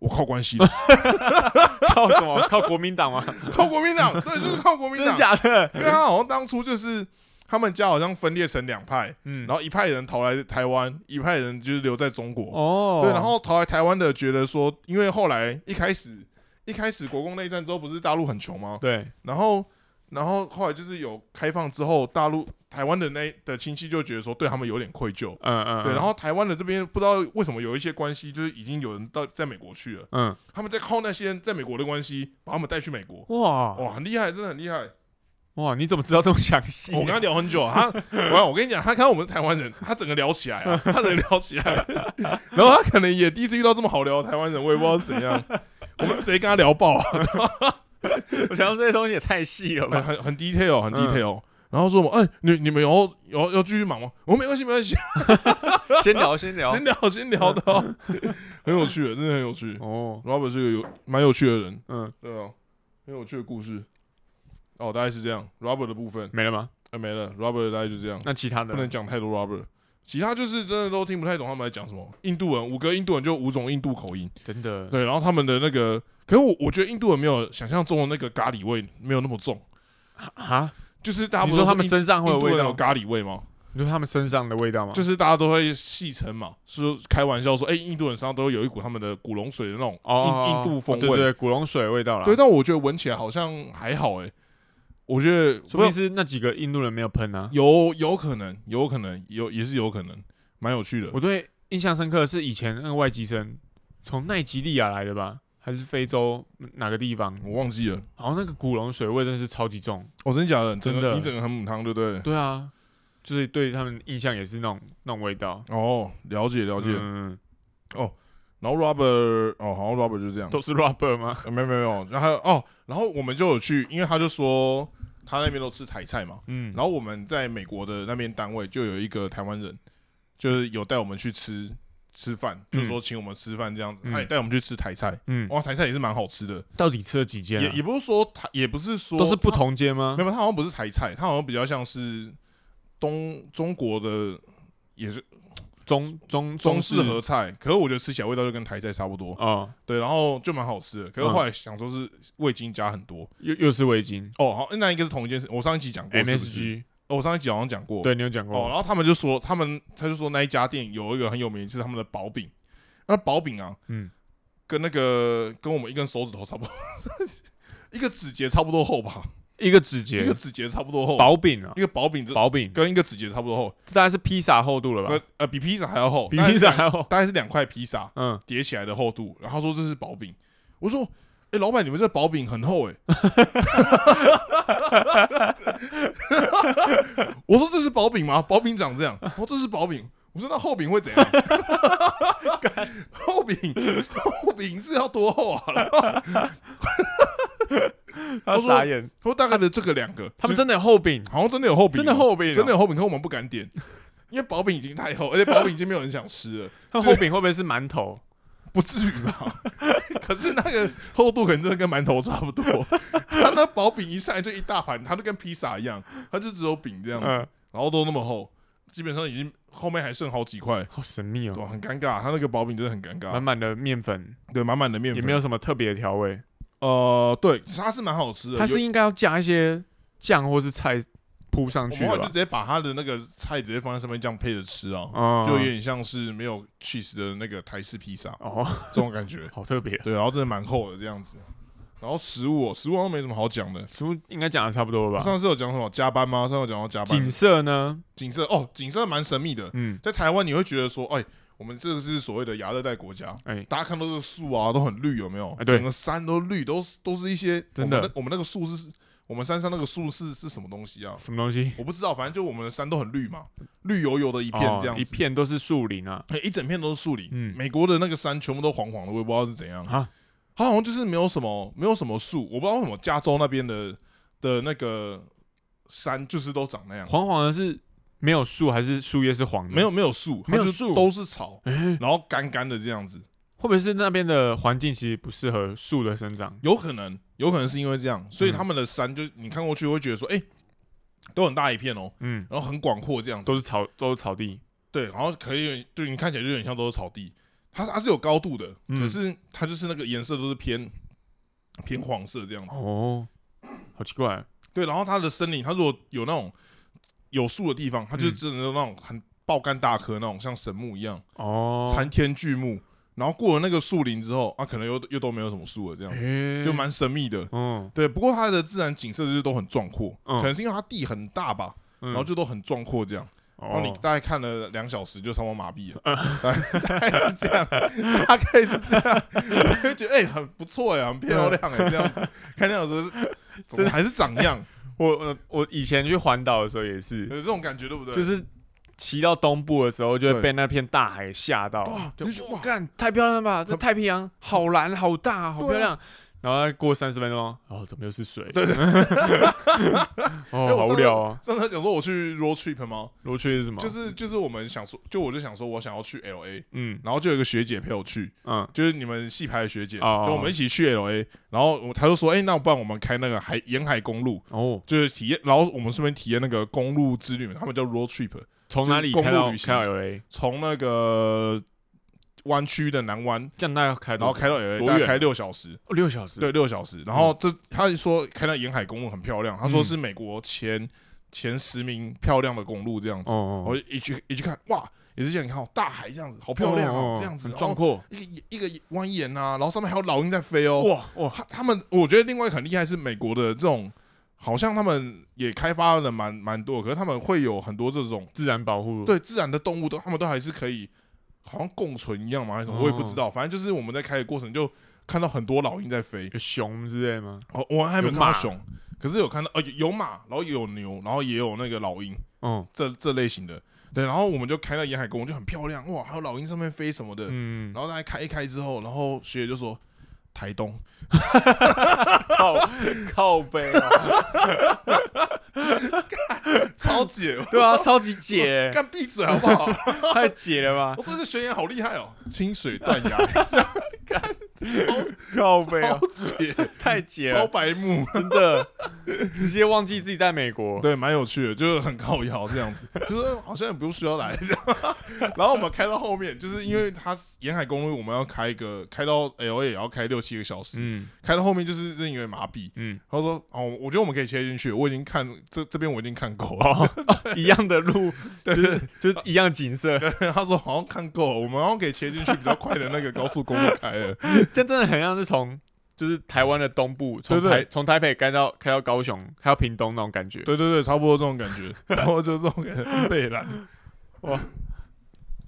我靠关系的， 靠什么？靠国民党吗？靠国民党，对，就是靠国民真党的。假的？ 因为他好像当初就是他们家好像分裂成两派，嗯，然后一派人逃来台湾，一派人就是留在中国。哦，对，然后逃来台湾的觉得说，因为后来一开始一开始国共内战之后，不是大陆很穷吗？对，然后然后后来就是有开放之后，大陆台湾的那的亲戚就觉得说对他们有点愧疚。嗯嗯，对，然后后台湾的这边不知道为什么有一些关系，就是已经有人到在美国去了，嗯，他们在靠那些人在美国的关系把他们带去美国，哇哇，很厉害，真的很厉害。哇，你怎么知道这么详细？ 我跟他聊很久、啊，他，我我跟你讲，他看我们台湾人，他整个聊起来 啊，他整个聊起来，然后他可能也第一次遇到这么好聊的台湾人，我也不知道是怎样，我们直接跟 他聊爆啊，我想到这些东西也太细了很吧？很很 detail，很嗯 detail，、然后说我们哎、你你们有有要继续忙吗？我说没关系没关系， 先聊先 聊嗯先聊先聊的哦，很有趣的，真的很有趣。哦， Robert 是个有蛮有趣的人，嗯，对啊，很有趣的故事。哦，大概是这样。Robert 的部分，没了吗？哎、没了。Robert 大概就这样，那其他的不能讲太多 Robert。其他就是真的都听不太懂他们在讲什么。印度人五个印度人就五种印度口音，真的对，然后他们的那个，可是我我觉得印度人没有想象中的那个咖喱味没有那么重，啊？就是大家你不是说他印们身上会有印度味人道啊有吗？咖喱味吗？你说他们身上的味道吗？就是大家都会戏称嘛，是开玩笑说，哎、印度人身上都有一股他们的古龙水的那种印、哦，印度风味。对对对，古龙水味道啦。对，但我觉得闻起来好像还好哎、我觉得说不不定是那几个印度人没有喷啊。有有可能，有可能有也是有可能，蛮有趣的我。对印象深刻的是以前那个外籍生从奈及利亚来的吧，还是非洲哪个地方？我忘记了，然后那个古龙水味真是超级重。哦，真假的？整个真的你整个很母汤，对不对？对啊，就是对他们印象也是那种那种味道。哦，了解了解。嗯，然后 Robert，哦，好像 Robert 就是这样。都是 rubber 吗？呃没有没有没有，然后还有哦，然后我们就有去，因为他就说他那边都吃台菜嘛，嗯，然后我们在美国的那边单位就有一个台湾人，就是有带我们去吃吃饭，嗯就说请我们吃饭这样子，嗯他也带我们去吃台菜，嗯，哇，台菜也是蛮好吃的，到底吃了几间哦也啊？也不是说台，也不是说都是不它，同啊间吗没？有，它好像不是台菜，它好像比较像是东中国的，也是中中中式嗯和合菜，可是我觉得吃起来味道就跟台菜差不多，哦，对，然后就蛮好吃的，可是嗯后来想说是味精加很多，又又是味精哦，好，那应该是同一件事，我上一集讲过是不是，MSG，哦，我上一集好像讲过，对你有讲哦，过然后他们就说，他们他就说那一家店有一个很有名是他们的薄饼，那薄饼啊，嗯，跟那个跟我们一根手指头差不多， 一个指节差不多厚吧，一个指一个节指节差不多厚，薄饼啊，一个薄饼这薄饼，跟一个指节差不多厚，这大概是披萨厚度了吧呃？呃比披萨还要厚，比大概是披萨两还厚。大概是两块披萨嗯，叠起来的厚度，然后他说这是薄饼，我说。哎、老板，你们这薄饼很厚哎、 我说这是薄饼吗？薄饼长这样。我说这是薄饼。我说那厚饼会怎样？ 厚饼，厚饼是要多厚啊？他他说傻眼，他说大概的这个两个，他们就真的有厚饼，好像真的有厚饼哦，真的厚饼哦，真的有厚饼，可我们不敢点，因为薄饼已经太厚，而且薄饼已经没有人想吃了，那厚饼会不会是馒头？不至于吧？ 可是那个厚度可能真的跟馒头差不多， 他那薄饼一上来就一大盘，它就跟披萨一样，它就只有饼这样子，嗯，然后都那么厚，基本上已经后面还剩好几块，好神秘哦，哇，很尴尬，他那个薄饼真的很尴满尬，满的面粉，对，满满的啊面也粉，没有什么特别的调味，呃，对，它是蛮好吃的，它是有应该要加一些酱或是菜铺上我去们后的来就吧直？接把它的那个菜直接放在上面这样配着吃啊，哦就有点像是没有 cheese 的那个台式披萨哦，这种感觉，好特别，哦对，然后真的蛮厚的这样子，然后食物、哦，食物好像没什么好讲的。食物应该讲的差不多了吧？上次有讲什么加班吗？上次有讲到加班景，色呢？景色哦，景色蛮神秘的。嗯，在台湾你会觉得说，哎，我们这个是所谓的亚热带国家，哎，大家看到这个树啊都很绿，有没有？哎对整个山都绿，都是都是一些真的我们那我们那个树是，我们山上那个树是是什么东西啊？什么东西？我不知道，反正就我们的山都很绿嘛，绿油油的一一片这样子，哦一片都是树林啊，哎一整片都是树林。嗯美国的那个山全部都黄黄的，我也不知道是怎样。啊，它好像就是没有什么没有什么树，我不知道为什么加州那边的的那个山就是都长那样，黄黄的是没有树，还是树叶是黄的？没有，没有树，没有它就树都是草，哎，然后干干的这样子，会不会是那边的环境其实不适合树的生长？有可能有可能是因为这样，所以嗯他们的山就你看过去会觉得说，哎、都很大一片哦，嗯，然后很广阔这样子都，是草，都是草地。对，然后可以就你看起来就有点像都是草地，它它是有高度的，嗯可是它就是那个颜色都是偏偏黄色这样子。哦，好奇怪，啊对，然后它的森林，它如果有那种有树的地方，它就是嗯真的那种很爆干大棵那种，像神木一样，哦，参天巨木。然后过了那个树林之后，啊，可能又又都没有什么树了，这哎样子诶就蛮神秘的。嗯，对，不过它的自然景色就是都很壮阔，嗯可能是因为它地很大吧，然然后就都很壮阔这样。然嗯哦嗯后你大概看了两小时就差不多麻痹了，大概大概是这样，大概是这样，就觉得哎、很不错呀，很漂亮哎，这样子看那种时候是怎嗯真么的还是长样，我我我以前去环岛的时候也是，有这种感觉对不对？就是骑到东部的时候，就会对被那片大海吓到哇，就你就觉得哇哇，干太漂亮了吧！这很太平洋好蓝好大，好对啊漂亮。然后再过三十分钟，哦，怎么又是水？对对 哦，哎我好无聊 啊！上次讲说我去 road trip 吗？罗圈是什么？就是就是我们想说，就我就想说我想要去 L A，嗯然后就有一个学姐陪我去，嗯，就是你们戏牌的学姐，哦跟我们一起去 L A，然后我她就说，哎、那不然我们开那个海沿海公路，哦，就是体验，然后我们顺便体验那个公路之旅，他们叫 road trip，从哪里就是开公路到旅行开到 LA？从那个湾区的南湾，这样大概要开然后到开到 L A，多大概远开六小时，六小时。，对，六小时。然后这他说开到沿海公路很漂亮，他嗯说是美国前、前十名漂亮的公路这样子。哦我哦，就一去一去看，哇，也是这样，你看哦大海这样子，好漂亮哦，这样子很壮然后阔。一个一个蜿蜒啊，然后上面还有老鹰在飞哦。哇哇，他他们，我觉得另外一个很厉害是美国的这种，好像他们也开发了蛮蛮多的，可是他们会有很多这种自然保护。对自然的动物都，他们都还是可以，好像共存一样嘛，还是什么，我也不哦知道。反正就是我们在开的过程就看到很多老鹰在飞，有熊之类吗？哦，我还没有看到有马熊，可是有看到呃有有马，然后也有牛，然后也有那个老鹰哦，这这类型的。对，然后我们就开到沿海公园，就很漂亮哇，还有老鹰上面飞什么的。 嗯，然后大家开一开之后，然后学姐就说台 东，靠靠背啊，超姐， 对啊，超级 解，干闭嘴好不好？太解了吧我？说这学员好厉害哦，清水断崖，靠背 啊超，姐，太解超了，白目，真的，直接忘记自己在美国。对，蛮有趣的，就是很靠摇这样子，就是好像也不需要来这样。 然后我们开到后面，就是因为它沿海公路，我们要开一个开到 L A 也要开六七个小时，嗯开到后面就是因为麻痹。嗯，他说：“哦，我觉得我们可以切进去，我已经看这这边我已经看够了。哦， 一样的路，就是就是一样景色， 他说：“好像看够了，我们好像可以切进去比较快的那个高速公路开了。这样真的很像是从就是台湾的东部，从对对台从台北开到开到高雄，开到屏东那种感觉。对对对，差不多这种感 觉，然后就这种感觉被拦，哇，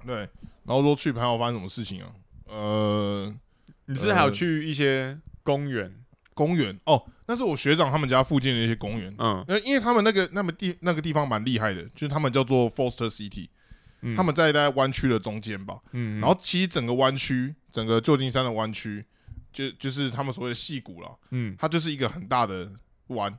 对，然后说去盘后发生什么事情啊？呃，你是不是还有去一些公园？公园哦，那是我学长他们家附近的一些公园，嗯，呃，因为他们那个那么地那个地方蛮厉害的，就是他们叫做 Foster City，、嗯他们在在湾区的中间吧，嗯，然后其实整个湾区，整个旧金山的湾区，就就是他们所谓的戏谷了，嗯，它就是一个很大的湾，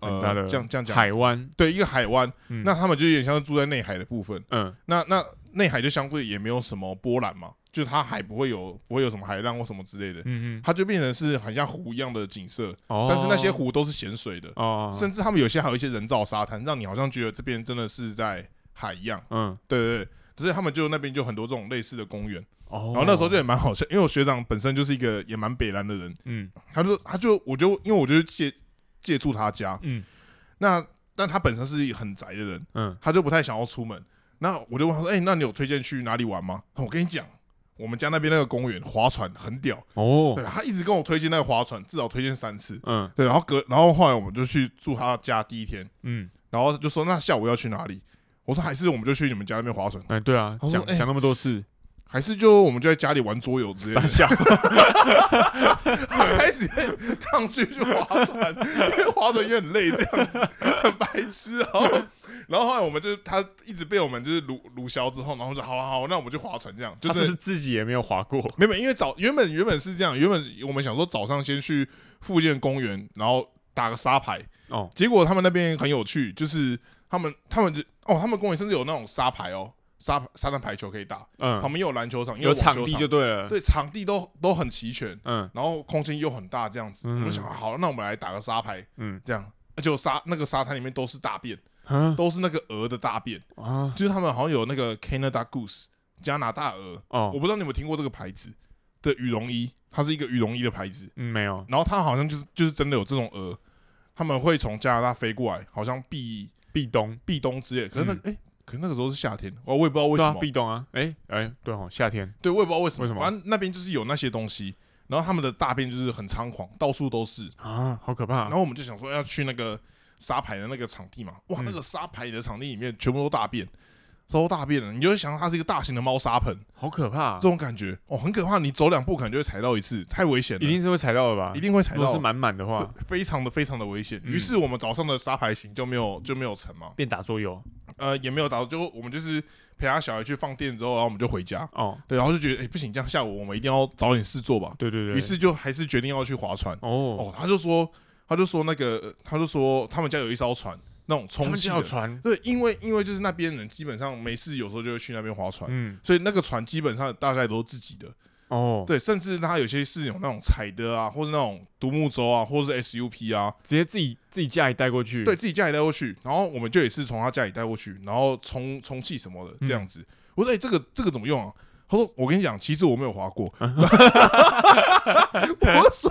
呃，很大的这样这样讲，海湾，对，一个海湾，嗯那他们就有点像是住在内海的部分。嗯那那内海就相对也没有什么波澜嘛，就是它海不会有不会有什么海浪或什么之类的，嗯嗯，它就变成是很像湖一样的景色，哦，但是那些湖都是咸水的，哦，甚至他们有些还有一些人造沙滩，让你好像觉得这边真的是在海一样。嗯对对对，所以他们就那边就很多这种类似的公园，哦，然后那时候就也蛮好笑，因为我学长本身就是一个也蛮北蓝的人，嗯他就他就我就因为我就是借借住他家，嗯那但他本身是很宅的人，嗯他就不太想要出门。那我就问他说：“哎、那你有推荐去哪里玩吗？”哦我跟你讲，我们家那边那个公园划船很屌，哦对他一直跟我推荐那个划船，至少推荐三次。嗯对，然后隔然后后来我们就去住他家第一天，嗯，然后就说那下午要去哪里？我说还是我们就去你们家那边划船，哎对啊，他说讲哎讲那么多 次，还是就我们就在家里玩桌游之类傻的。笑， 开始抗拒去划船，因为划船也很累，这样子很白痴 哦、然后后来我们就是他一直被我们就是鲁鲁消之后，然后就好了好，那我们就划船这样，就他是是自己也没有划 过，没有，因为早原本原本是这样，原本我们想说早上先去附近的公园，然后打个沙排。哦，结果他们那边很有趣，就是他们他们就哦，他们公园甚至有那种沙排哦，沙沙滩排球可以打，嗯旁，边有篮球场，也有网球场场地就对了，对，场地都都很齐全，嗯然后空间又很大，这样子。嗯我们想好，那我们来打个沙排，嗯这样。啊就沙那个沙滩里面都是大便，啊都是那个鹅的大便，啊就是他们好像有那个 Canada Goose 加拿大鹅，我哦，不知道你有没有听过这个牌子的羽绒衣，它是一个羽绒衣的牌子，嗯没有然后它好像就是就是真的有这种鹅，他们会从加拿大飞过来，好像避壁咚。避冬之类，可是那哎、诶可是那个时候是夏天，哦我我也不知道为对什啊，么，壁咚啊，哎、哎、对哦，夏天，对，我也不知道为什么，为什么反正那边就是有那些东西，然后他们的大便就是很猖狂，到处都是，啊，好可怕、然后我们就想说要去那个沙排的那个场地嘛，哇，嗯那个沙排的场地里面全部都大便。都大便了，你就会想到它是一个大型的猫砂盆，好可怕、这种感觉哦，很可怕。你走两步可能就会踩到一次，太危险了。一定是会踩到的吧？一定会踩如果到，是满满的话，对非常的非常的危险。嗯于是我们早上的沙排行就没有就没有成嘛，变打桌游，呃也没有打，就我们就是陪他小孩去放电之后，然后我们就回家。哦，对，然后就觉得哎、不行，这样下午我们一定要找点事做吧。对对对，于是就还是决定要去划船。哦，哦，他就说，他就说那个，呃他就说他们家有一艘船，那种他充们气叫的。船，对，因为因为就是那边人基本上没事，有时候就会去那边划船，嗯，所以那个船基本上大家也都是自己的。哦，对，甚至他有些是有那种彩的啊，或者那种独木舟啊，或者是 SUP 啊，直接自己自己家里带过去，对自己家里带过去。然后我们就也是从他家里带过去，然后充充气什么嗯的这样子。我说：“哎、这个这个怎么用啊？”他说：“我跟你讲，其实我没有划 过。” 我说：“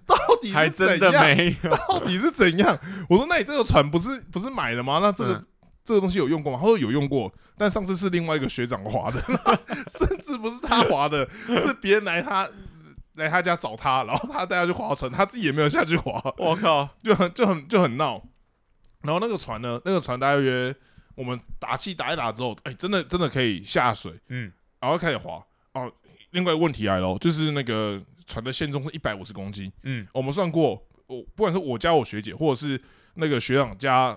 到底是还真怎的样没 有，到底是怎样？我说那你这个船不是不是买了吗？那这个、嗯这个东西有用过吗？他说有用过，但上次是另外一个学长划的， 甚至不是他划的，是别人来他来他家找他，然后他带他去划船，他自己也没有下去划，我靠，就很就很就很闹。然后那个船呢，那个船大约我们打气打一打之后，哎、真的真的可以下水，嗯，然后开始划。哦，另外问题来了，哦就是那个船的限重是一百五十公斤，嗯，哦我们算过，我不管是我家我学姐，或者是那个学长加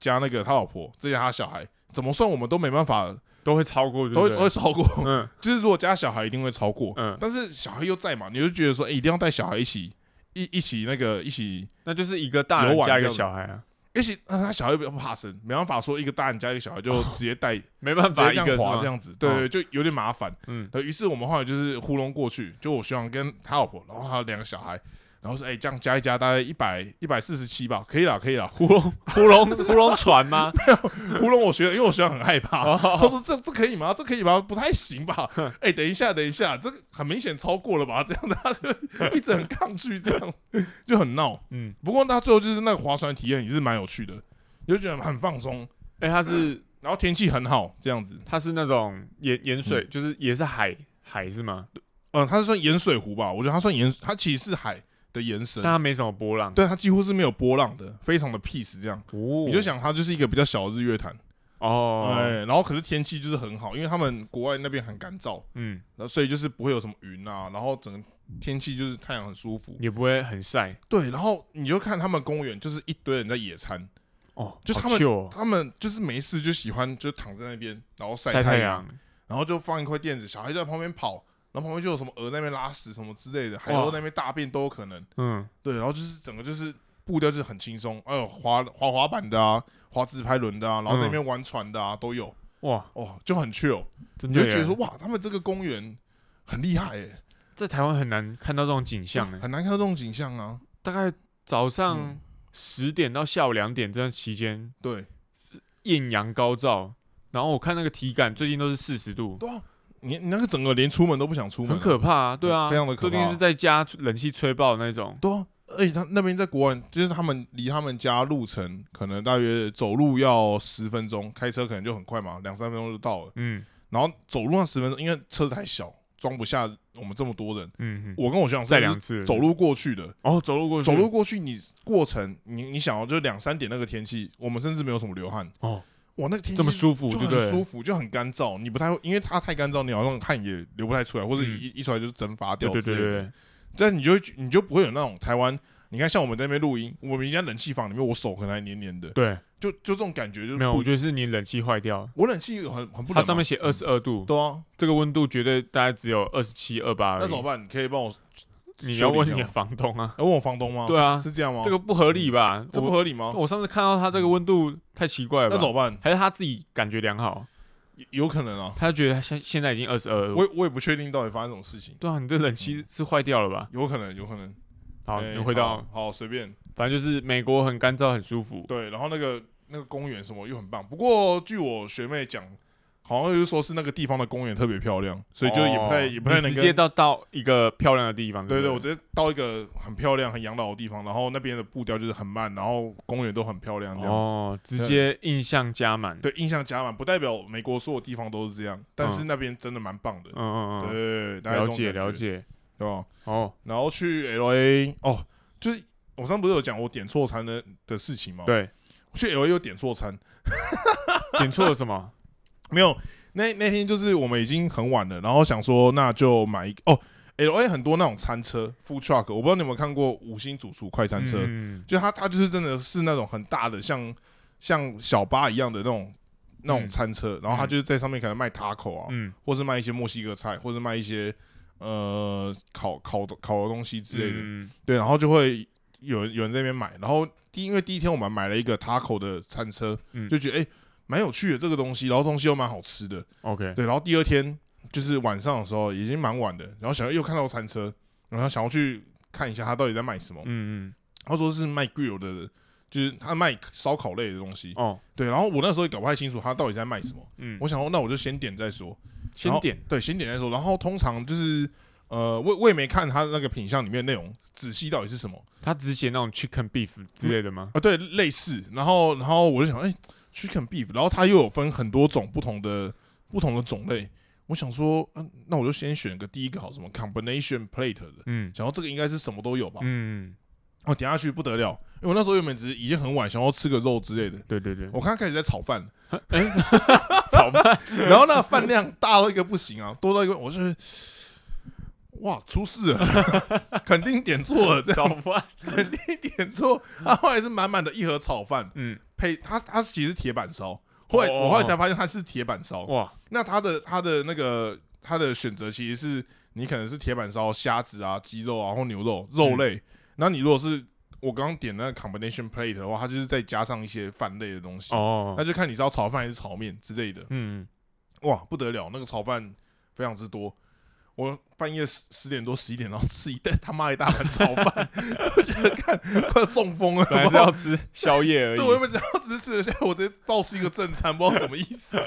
加那个他老婆，再加他小孩，怎么算我们都没办法，都会超过，都会都对不对会超过。 嗯就是如果加小孩一定会超过，嗯，但是小孩又在嘛，你就觉得说，哎、一定要带小孩一起一一起那个一起那就是一个大人游玩加这一个样子小孩啊，一起，啊、他小孩又比较怕生，没办法说一个大人加一个小孩就直接带、哦没办直法，接一这个样是滑吗哦这，样子，对对，就有点麻烦。嗯，呃，于是我们后来就是糊弄过去，就我学长跟他老婆，然后还有两个小孩，然后说，哎、这样加一加，大概一百一百四十七吧，可以啦，可以啦，糊弄糊 弄糊弄船 吗？糊弄我学长，因为我学长很害怕，哦他说这这可以吗？这可以吗？不太行吧？哎、等一下，等一下，这个很明显超过了吧？这样子他就一直很抗拒，这样就很闹。嗯，不过他最后就是那个划船体验也是蛮有趣的，你就觉得很放松，哎，它是然后天气很好，这样子。它是那种盐盐水，就是也是海海是吗？嗯、呃，它是算盐水湖吧？我觉得它算盐，它其实是海的延伸但，它没什么波浪，对，它几乎是没有波浪的，非常的 peace 这样。哦，你就想它就是一个比较小的日月潭，哦，哎，然后可是天气就是很好，因为他们国外那边很干燥，嗯，那所以就是不会有什么云啊，然后整个天气就是太阳很舒服。也不会很晒对，然后你就看他们公园，就是一堆人在野餐，哦，就是他好们 chill 哦他们就是没事就喜欢就躺在那边，然后晒太阳，然后就放一块垫子，小孩就在旁边跑，然后旁边就有什么鹅在那边拉屎什么之类的，海鸥在那边大便都有可能。嗯，对，然后就是整个就是步调就是很轻松，哎呦，滑滑滑板的啊，滑自拍轮的啊，然后在嗯那边玩船的啊、都有，哇，哦，就很 chill，真你的就耶觉得说哇，他们这个公园很厉害哎、在台湾很难看到这种景象呢。很难看到这种景象啊。大概早上哦嗯十点到下午两点这段期间，对，艳阳高照，然后我看那个体感最近都是四十度，对啊，你你那个整个连出门都不想出门啊，很可怕啊，对啊，非常的可怕最近是在家冷气吹爆的那种，对啊。而且他那边在国外，就是他们离他们家路程可能大约走路要十分钟，开车可能就很快嘛，两三分钟就到了。嗯然后走路上十分钟，因为车子太小，装不下我们这么多人。嗯，嗯我跟我学长再是两次走路过去的，哦，走路过去，走路过去你过程，你你想要就两三点那个天气，我们甚至没有什么流汗哦，哇，那个天气这么舒服，就对不很舒对？服，就很干燥，你不太会，因为它太干燥，你好像汗也流不太出来，或者一、一出来就是蒸发对掉嗯对之对类的。对，对但你就会你就不会有那种台湾，你看像我们在那边录音，我们人家冷气房里面，我手可能还黏黏的，对，就就这种感觉就是没有，不我觉得是你冷气坏掉，我冷气很很不冷嘛，啊它上面写二十二度，对啊，这个温度绝对大概只有二十七、二八那而怎么已。办？你可以帮我你要问你修理一的下房东啊，要问我房东吗？对啊，是这样吗？这个不合理吧？这不合理吗？我我上次看到他这个温度太奇怪了那吧，怎么办？还是他自己感觉良好，有有可能啊，他觉得他现现在已经二十二我了。也我也不确定到底发生什么事情，对啊，你这冷气是坏掉了吧？有可能，有可能。好，哎你回到，好好随便反正就是美国很干燥，很舒服。对，然后那个那个公园什么又很棒，不过据我学妹讲，好像就是说是那个地方的公园特别漂亮，所以就也不太、哦也不太你能直跟接到到一个漂亮的地方。对对对，不我直接到一个很漂亮、很养老的地方，然后那边的步调就是很慢，然后公园都很漂亮这样子。哦，直接印象加满。对，印象加满，不代表美国所有地方都是这样，但是嗯那边真的蛮棒的。嗯嗯嗯，对，大概了这种解感觉了，解。对吧？哦，然后去 L A 哦，就是我上次不是有讲我点错餐的的事情吗？，对，去 L A 又点错餐，点错了 什么？没有。那那天就是我们已经很晚了，然后想说那就买一个哦，L A 很多那种餐车 food truck，我不知道你有没有看过五星主厨快餐车，嗯，就它它就是真的是那种很大的像像小巴一样的那种那种餐车，然后他嗯就是在上面可能卖塔口啊，嗯或是卖一些墨西哥菜，或是卖一些呃烤烤的烤的东西之类的。嗯对，然后就会有人有人在那边买，然后第因为第一天我们买了一个 taco 的餐车，嗯就觉得哎蛮、有趣的这个东西，然后东西又蛮好吃的， ，OK，对，然后第二天就是晚上的时候已经蛮晚的，然后想要又看到餐车，然后想要去看一下他到底在卖什么，嗯嗯，他说是卖 grill 的，就是他卖烧烤类的东西，哦，对，然后我那时候也搞不太清楚他到底在卖什么，嗯，我想说那我就先点再说，然先后点，对，先点再说。然后通常就是呃，我我也没看他那个品相里面内容仔细到底是什么他只写那种 chicken beef 之类的吗？啊，对，类似。然后然后我就想，哎、c h i c k e n beef，然后它又有分很多种不同的不同的种类。我想说，嗯、那我就先选个第一个好，什么 combination plate 的，嗯想要这个应该是什么都有吧。嗯，哦，点下去不得了，因为我那时候原本只是已经很晚，想要吃个肉之类的。对对 对，哎我看他开始在炒饭，炒饭，然后那个饭量大到一个不行啊，多到一个，我是哇出事了， 肯定点错 了，这炒样饭，肯定点错。他后来是满满的一盒炒饭嗯，配他，他其实是铁板烧。后来哦我后来才发现他是铁板烧，哇，那他的他的那个他的选择其实是你可能是铁板烧、虾子啊、鸡肉啊，然后牛肉嗯肉类。那你如果是我刚刚点那个 combination plate 的话，它就是再加上一些饭类的东西，那哦，就看你是要炒饭还是炒面之类的。 嗯，哇，不得了，那个炒饭非常之多。我半夜十十点多、十一点，然后吃一袋他妈一大盘炒饭， 我觉得看快要中风了。本来是要吃宵夜而已 对，，我原本只要只是吃了，现在我直接暴吃一个正餐，不知道什么意 思，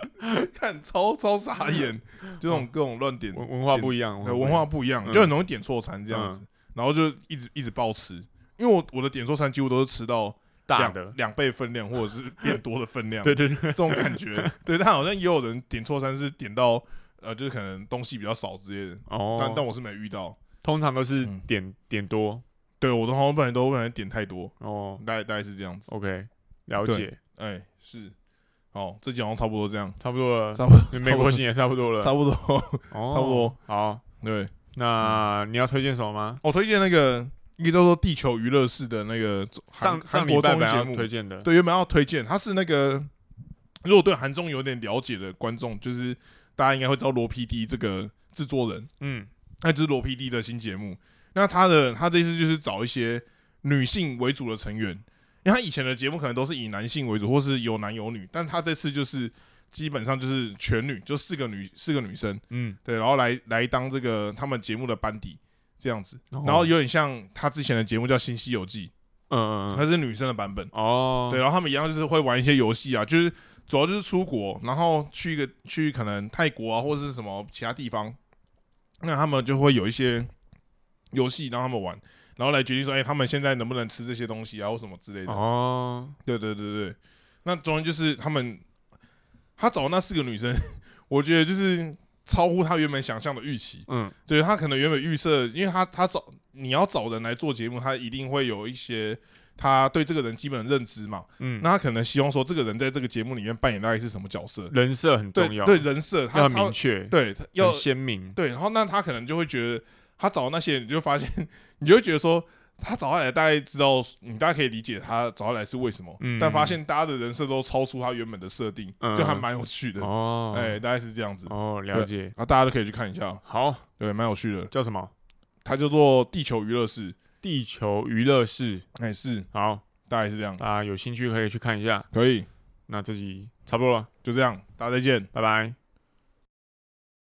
看超超傻眼，就那种各种乱点，文文化不一样，对，文化不一样，嗯就很容易点错餐这样子，然后就一直一直暴吃，因为我我的点错餐几乎都是吃到大两的，两倍分量或者是变多的分量， 对对对，这种感 觉。对，但好像也有人点错餐是点到呃，就是可能东西比较少之类的，但但哦，我是没遇到。通常都是嗯点点多，对我都好像不然都不然点太多，哦大概大概是这样子。 ，OK，了嗯对解，哎，是，哦，这集好像差不多这样，差不多了，差不多， 美国行也差不多了，差不多，哦差不多。好，对，那你要推荐什么吗？哦我推荐那个一个叫做《地球娱乐室》的那个韩上上韩礼国拜综本艺来节要目推，荐的，对，原本要推荐，它是那个如果对韩综有点了解的观众，就是大家应该会知道罗 PD 这个制作人，嗯那就是罗 PD 的新节目。那他的他这次就是找一些女性为主的成员，因为他以前的节目可能都是以男性为主，或是有男有女，但他这次就是基本上就是全女，就四个女四个女生，嗯，对，然后来来当这个他们节目的班底这样子，然然后有点像他之前的节目叫《新西游记嗯》，嗯嗯，它是女生的版本，哦，对，然后他们一样就是会玩一些游戏啊，就是主要就是出国，然后去一个去可能泰国啊，或者是什么其他地方，那他们就会有一些游戏让他们玩，然后来决定说，哎、他们现在能不能吃这些东西啊，或什么之类的。哦，对对对对，那总之就是他们，他找的那四个女生， 我觉得就是超乎他原本想象的预期。嗯对他可能原本预设，因为他他找你要找人来做节目，他一定会有一些他对这个人基本的认知嘛。嗯，那他可能希望说，这个人在这个节目里面扮演大概是什么角色？人设很对重要，对，人设要他很明他确，对他要很鲜明，对，然后那他可能就会觉得，他找那些人，你就发现，你就会觉得说，他找他来大概知道，你大概可以理解他找他来是为什么，嗯但发现大家的人设都超出他原本的设定，嗯就还蛮有趣的，哎、哦，大概是这样子，啊哦，了解，然后大家都可以去看一下，好，对，蛮有趣的，叫什么？它叫做《地球娱乐室》，地球娱乐室，哎、是，好，大概是这样，大家有兴趣可以去看一下。可以，那这集差不多了，就这样，大家再见。拜拜。